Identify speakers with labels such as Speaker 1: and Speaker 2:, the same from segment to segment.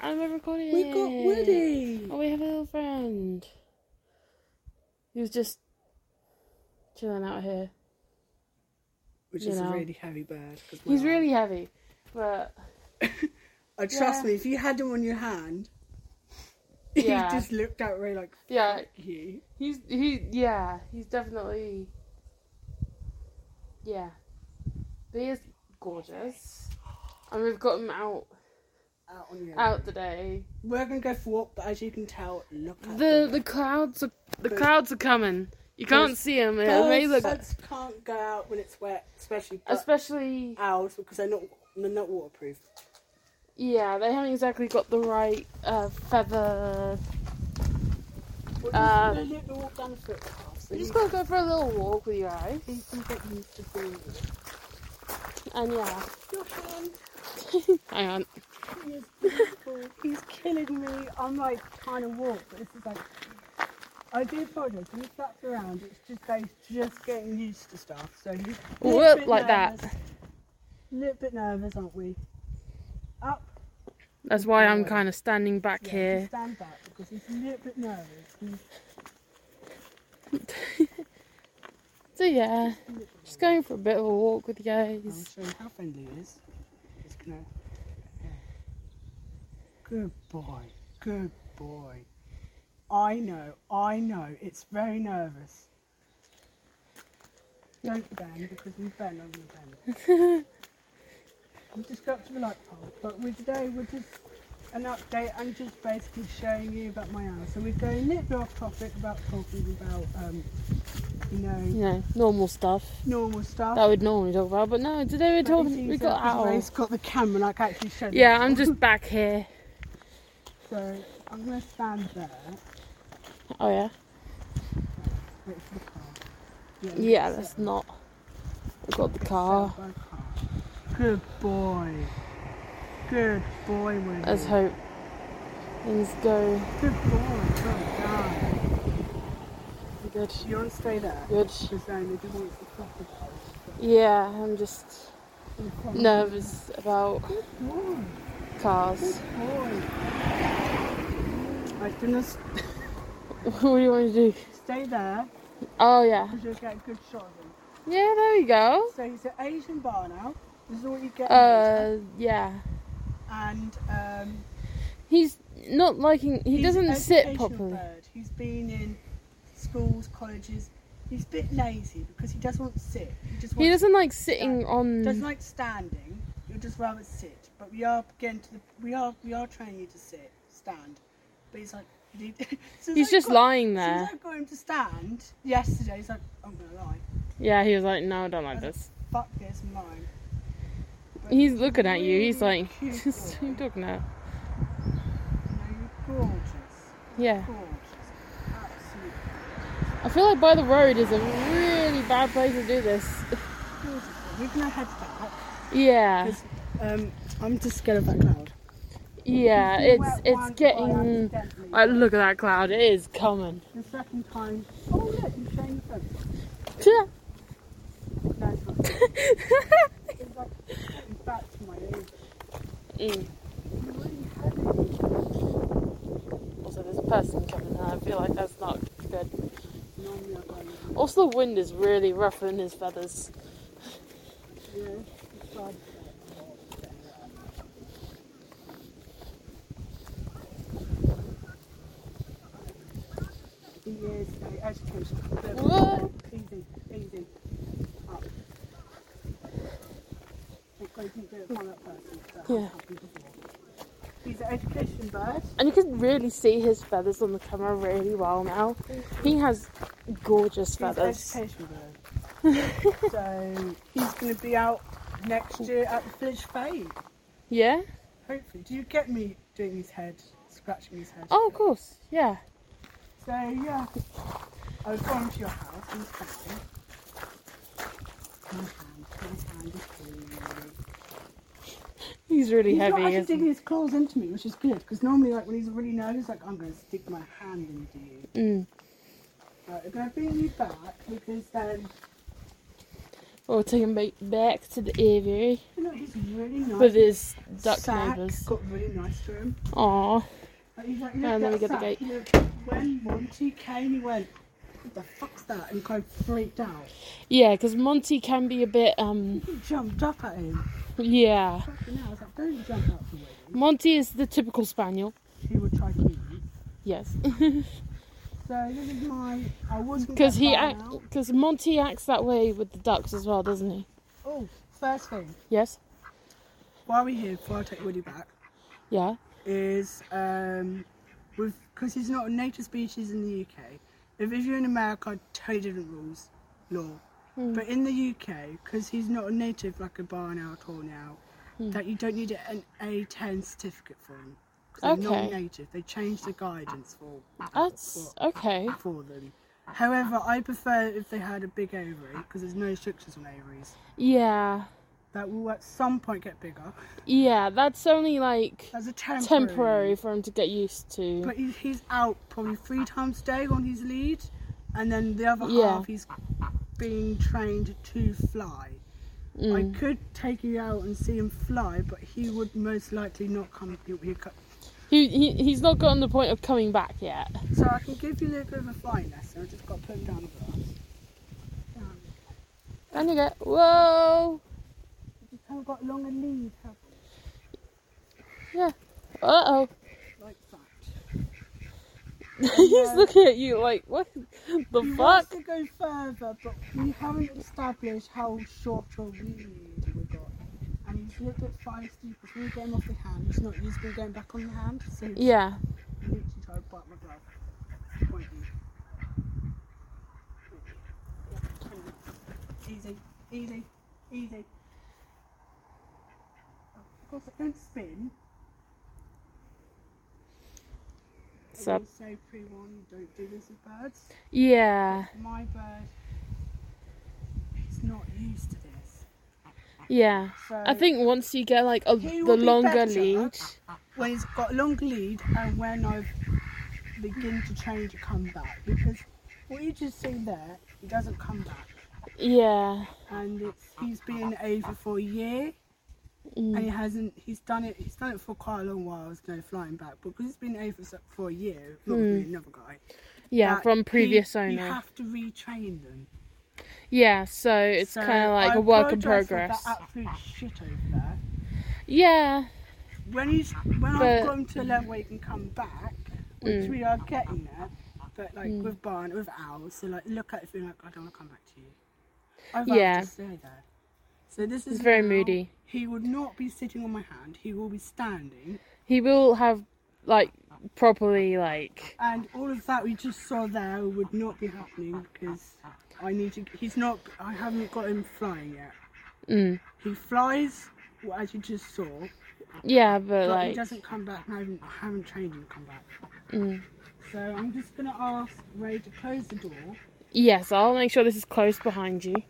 Speaker 1: I'm recording.
Speaker 2: We got Woody.
Speaker 1: Oh, we have a little friend. He was just chilling out here.
Speaker 2: Which
Speaker 1: you
Speaker 2: is
Speaker 1: know.
Speaker 2: a really heavy bird. 'cause
Speaker 1: He's
Speaker 2: my
Speaker 1: really heavy, but
Speaker 2: arm- Uh,
Speaker 1: yeah.
Speaker 2: trust me, if you had him on your hand,
Speaker 1: Yeah.
Speaker 2: he just looked out really like
Speaker 1: yeah,
Speaker 2: "F you.
Speaker 1: he's he yeah, he's definitely yeah. But he is gorgeous, and we've got him out
Speaker 2: Out on your
Speaker 1: out today.
Speaker 2: We're gonna go for a walk, but as you can tell, look at
Speaker 1: The the clouds are the
Speaker 2: But-
Speaker 1: clouds are coming. You can't
Speaker 2: But-
Speaker 1: see them. It may look
Speaker 2: Birds can't go out when it's wet, especially bu-
Speaker 1: especially
Speaker 2: owls because they're not they're not waterproof.
Speaker 1: yeah, they haven't exactly got the right uh, feather
Speaker 2: Well,
Speaker 1: Uh,
Speaker 2: you can go walk down the footpath. so
Speaker 1: We just
Speaker 2: you
Speaker 1: gotta go for a little walk with you guys.
Speaker 2: you can get used to doing it.
Speaker 1: And yeah.
Speaker 2: Your hand
Speaker 1: Hang on.
Speaker 2: he is beautiful. He's killing me. I'm like trying to walk, but this is like. I do apologise. When he flaps around, it's just like just getting used to stuff. So he's a little
Speaker 1: Whoop,
Speaker 2: bit
Speaker 1: like that.
Speaker 2: nervous. Little bit nervous, aren't we? Up.
Speaker 1: That's why I'm kind of standing back
Speaker 2: Yeah, just
Speaker 1: here.
Speaker 2: Stand back because he's a little bit nervous. He's
Speaker 1: So yeah,
Speaker 2: a little bit
Speaker 1: just going for a bit of a walk with you
Speaker 2: I'll
Speaker 1: guys.
Speaker 2: show you how friendly he is. He's gonna. Good boy. Good boy. I know. I know. It's very nervous. Don't bend because we bend, I'm gonna bend. we just go up to the light pole, but with today we're just an update. I'm just basically showing you about my house. So we're going a little bit off topic about talking about, um, you
Speaker 1: You
Speaker 2: know,
Speaker 1: know, normal stuff
Speaker 2: normal stuff.
Speaker 1: that we'd normally talk about. But no, today we're
Speaker 2: But it's
Speaker 1: talking. We
Speaker 2: easier
Speaker 1: got
Speaker 2: 'cause
Speaker 1: owls.
Speaker 2: Ray's got the camera, like actually showed.
Speaker 1: Yeah, I'm just back here.
Speaker 2: So I'm gonna stand there.
Speaker 1: Oh yeah.
Speaker 2: Wait for the car.
Speaker 1: Yeah,
Speaker 2: that's
Speaker 1: that's not. We've got the car.
Speaker 2: Good boy. Good boy, Willie.
Speaker 1: Let's hope things go
Speaker 2: Good boy. Good guy.
Speaker 1: good.
Speaker 2: Do you want to stay there?
Speaker 1: Good.
Speaker 2: Because then if he wants to stop the car,
Speaker 1: Yeah, I'm just
Speaker 2: he'll probably-
Speaker 1: nervous about
Speaker 2: Good boy.
Speaker 1: cars.
Speaker 2: Boy. I'm gonna s-
Speaker 1: what do you want to do?
Speaker 2: stay there
Speaker 1: Oh yeah.
Speaker 2: because you'll get a good shot of him.
Speaker 1: Yeah, there you go.
Speaker 2: So he's an Asian bar now. This is all you get. in Asia.
Speaker 1: Uh, yeah.
Speaker 2: and um,
Speaker 1: He's not liking. He
Speaker 2: he's an
Speaker 1: doesn't sit
Speaker 2: educational
Speaker 1: properly.
Speaker 2: Bird. He's been in schools, colleges. He's a bit lazy because he doesn't want to sit. He just wants
Speaker 1: He doesn't like sitting
Speaker 2: doesn't
Speaker 1: on.
Speaker 2: like standing. He'll just rather sit. But we are getting to the we are we are training you to sit, stand. But he's like. he- since
Speaker 1: He's
Speaker 2: I
Speaker 1: just
Speaker 2: got,
Speaker 1: lying
Speaker 2: Since
Speaker 1: there.
Speaker 2: I got him to stand yesterday, he's like, I'm gonna lie.
Speaker 1: Yeah, he was like, no, I don't like this.
Speaker 2: Fuck this, mine. But
Speaker 1: He's looking at you. He's
Speaker 2: really
Speaker 1: like,
Speaker 2: cute
Speaker 1: what are you
Speaker 2: boy.
Speaker 1: talking about?
Speaker 2: No, you're gorgeous.
Speaker 1: Yeah.
Speaker 2: Gorgeous. Absolutely.
Speaker 1: I feel like by the road is a really bad place to do this.
Speaker 2: Beautiful. We're gonna head back
Speaker 1: Yeah.
Speaker 2: because um, I'm just scared of that cloud.
Speaker 1: Yeah.
Speaker 2: We
Speaker 1: It's
Speaker 2: went once
Speaker 1: it's
Speaker 2: by
Speaker 1: getting.
Speaker 2: accidentally.
Speaker 1: Like, look at that cloud. It is coming.
Speaker 2: The second time. Oh look, you're showing the fence.
Speaker 1: Mm.
Speaker 2: No, it's not. It's like getting back to my ears.
Speaker 1: Mm.
Speaker 2: It's really heavy.
Speaker 1: Also, there's a person coming. and I feel like that's not good.
Speaker 2: Normally I go. in.
Speaker 1: Also, the wind is really ruffling his feathers.
Speaker 2: Yeah, it's bad. He is very educational.
Speaker 1: Whoa.
Speaker 2: Easy, easy. Up. Because you can do it from that person. so
Speaker 1: Yeah.
Speaker 2: happened before. He's an education bird.
Speaker 1: And you can really see his feathers on the camera really well now. He has gorgeous
Speaker 2: He's an
Speaker 1: feathers.
Speaker 2: education bird. so he's going to be out next year at the Village Fade.
Speaker 1: Yeah?
Speaker 2: Hopefully. Do you get me doing his head, scratching his head?
Speaker 1: Oh, of course. Yeah.
Speaker 2: So yeah, I was going to your house and saying, my hand, my hand is killing me.
Speaker 1: He's really
Speaker 2: He's not
Speaker 1: heavy.
Speaker 2: actually
Speaker 1: Isn't
Speaker 2: digging his claws into me, which is good because normally, like when he's really nervous, like I'm going to stick my hand into you.
Speaker 1: he? Mm.
Speaker 2: Right, I'm going to bring you back because um,
Speaker 1: Or take him ba- back to the aviary
Speaker 2: You know, he's really nice.
Speaker 1: with his duck
Speaker 2: sack
Speaker 1: neighbours.
Speaker 2: got really nice for him.
Speaker 1: Aw.
Speaker 2: Like, he's like, you
Speaker 1: And
Speaker 2: know,
Speaker 1: then we
Speaker 2: that
Speaker 1: got the
Speaker 2: sack,
Speaker 1: gate.
Speaker 2: you know, when Monty came, he went, "What the fuck's that?" and kind of freaked out.
Speaker 1: Yeah, because Monty can be a bit, um,
Speaker 2: He jumped up at him.
Speaker 1: yeah.
Speaker 2: Fucking hell! I was like, "Don't jump up for me."
Speaker 1: Monty is the typical spaniel.
Speaker 2: He would try to eat you.
Speaker 1: Yes.
Speaker 2: So this is my. I was gonna
Speaker 1: Because
Speaker 2: get
Speaker 1: he
Speaker 2: that
Speaker 1: act,
Speaker 2: now.
Speaker 1: because Monty acts that way with the ducks as well, doesn't he?
Speaker 2: Oh, first thing.
Speaker 1: Yes.
Speaker 2: While we're here, before I take Woody back,
Speaker 1: Yeah.
Speaker 2: is um, with because he's not a native species in the UK. If, if you're in America, totally different rules, law.
Speaker 1: Hmm.
Speaker 2: But in the UK, because he's not a native like a barn owl, horn owl,
Speaker 1: Hmm.
Speaker 2: that you don't need an A10 certificate for him. 'cause They're
Speaker 1: Okay.
Speaker 2: non-native. They changed the guidance for
Speaker 1: That's okay.
Speaker 2: for them. Ah. However, I prefer if they had a big ovary because there's no restrictions on ovaries.
Speaker 1: Yeah.
Speaker 2: That will at some point get bigger.
Speaker 1: Yeah, that's only like
Speaker 2: As a temporary.
Speaker 1: temporary for him to get used to.
Speaker 2: But he's, he's out probably three times a day on his lead, and then the other
Speaker 1: Yeah.
Speaker 2: half he's being trained to fly.
Speaker 1: Mm.
Speaker 2: I could take you out and see him fly, but he would most likely not come. He'll, he'll co-
Speaker 1: He, he he's not gotten the point of coming back yet.
Speaker 2: So I can give you a little bit of a flying lesson. I just got to put him down the grass. Down.
Speaker 1: And you go, whoa,
Speaker 2: Just haven't got long a lead, have
Speaker 1: uh oh.
Speaker 2: you? Like that.
Speaker 1: he's looking at you like, what
Speaker 2: He
Speaker 1: the fuck?
Speaker 2: wants to go further, but we haven't established how short or lead we got. And he's a little bit feisty because we get him off the hand. He's not used to going back on the hand, so he's
Speaker 1: Yeah.
Speaker 2: literally trying to bite my glove. Pointy. Easy, easy, easy. Of course, I don't spin.
Speaker 1: So-
Speaker 2: So, say pre-warn, you don't do this with birds.
Speaker 1: Yeah.
Speaker 2: My bird is not used to this.
Speaker 1: Yeah.
Speaker 2: So
Speaker 1: I think once you get like a,
Speaker 2: He
Speaker 1: the
Speaker 2: will be
Speaker 1: longer
Speaker 2: better.
Speaker 1: lead,
Speaker 2: when he's got a long lead and when I begin to change a comeback because what you just see there, he doesn't come back.
Speaker 1: yeah.
Speaker 2: And it's he's been over for a year and
Speaker 1: Mm.
Speaker 2: he hasn't he's done it he's done it for quite a long while, there's no flying back. But because he's been over so- for a year, not with me, another guy.
Speaker 1: Mm. Yeah,
Speaker 2: that
Speaker 1: from
Speaker 2: he-
Speaker 1: previous
Speaker 2: You
Speaker 1: owner.
Speaker 2: have to retrain them.
Speaker 1: Yeah, so it's
Speaker 2: So
Speaker 1: kind of like
Speaker 2: I
Speaker 1: a work in
Speaker 2: apologise for that
Speaker 1: progress.
Speaker 2: absolute shit over there.
Speaker 1: Yeah.
Speaker 2: When he's when
Speaker 1: But-
Speaker 2: I've gone to a level where he can come back, which
Speaker 1: Mm.
Speaker 2: we are getting there, but like
Speaker 1: Mm.
Speaker 2: with Barn, with Owl, so like look at it being like, I don't want to come back to you. I've had
Speaker 1: Yeah.
Speaker 2: to stay there. So this is
Speaker 1: He's very
Speaker 2: now-
Speaker 1: moody.
Speaker 2: He would not be sitting on my hand. He will be standing,
Speaker 1: He will have like properly like
Speaker 2: and all of that we just saw there would not be happening because I need to. He's not. I haven't got him flying yet.
Speaker 1: mm,
Speaker 2: He flies, well, as you just saw,
Speaker 1: yeah, but
Speaker 2: But he
Speaker 1: like
Speaker 2: doesn't come back. and I haven't, I haven't trained him to come back.
Speaker 1: mm.
Speaker 2: So I'm just gonna ask Ray to close the door
Speaker 1: yes, I'll make sure this is close behind you.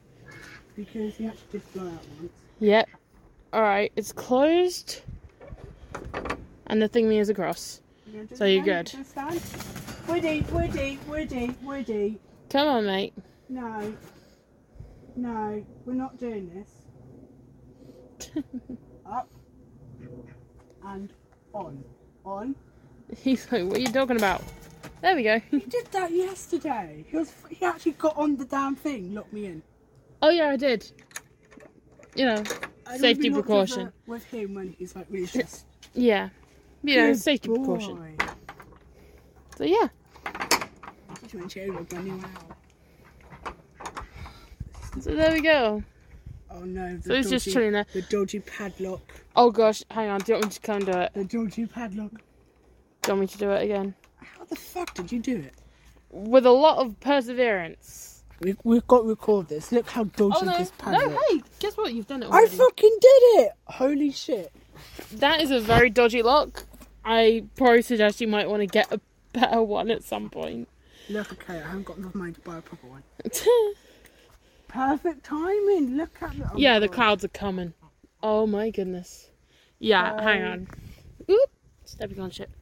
Speaker 2: because he actually did fly out once.
Speaker 1: Yep. All right, it's closed. And the thing is across.
Speaker 2: You gonna do
Speaker 1: So
Speaker 2: it
Speaker 1: you're
Speaker 2: again?
Speaker 1: good.
Speaker 2: You gonna stand? Woody, Woody, Woody, Woody.
Speaker 1: Come on, mate.
Speaker 2: No, no, we're not doing this. Up and on, on.
Speaker 1: He's like, what are you talking about? There we go.
Speaker 2: He did that yesterday. He was. He actually got on the damn thing. Locked me in.
Speaker 1: oh yeah, I did. You know,
Speaker 2: I don't
Speaker 1: Safety
Speaker 2: be locked
Speaker 1: precaution.
Speaker 2: With, with him when he's like really stressed.
Speaker 1: yeah. You know,
Speaker 2: Good
Speaker 1: safety precaution.
Speaker 2: boy.
Speaker 1: So yeah.
Speaker 2: Just went over, bunny, wow.
Speaker 1: So there we go.
Speaker 2: Oh no. The
Speaker 1: So he's
Speaker 2: dodgy,
Speaker 1: just chilling there.
Speaker 2: The dodgy padlock.
Speaker 1: Oh gosh, hang on, do you want me to come do it?
Speaker 2: The dodgy padlock.
Speaker 1: Do you want me to do it again?
Speaker 2: How the fuck did you do it?
Speaker 1: With a lot of perseverance.
Speaker 2: We, we've got to record this. Look how dodgy
Speaker 1: Oh no,
Speaker 2: this padlock.
Speaker 1: no, hey, guess what? You've done it
Speaker 2: I
Speaker 1: already.
Speaker 2: fucking did it! Holy shit.
Speaker 1: that is a very dodgy lock. I probably suggest you might want to get a better one at some point.
Speaker 2: Look, okay, I haven't got enough money to buy a proper one. Perfect timing. Look at that. Oh,
Speaker 1: yeah,
Speaker 2: my
Speaker 1: the
Speaker 2: God.
Speaker 1: clouds are coming. Oh my goodness. Yeah, hang on. Oop, stepping on shit.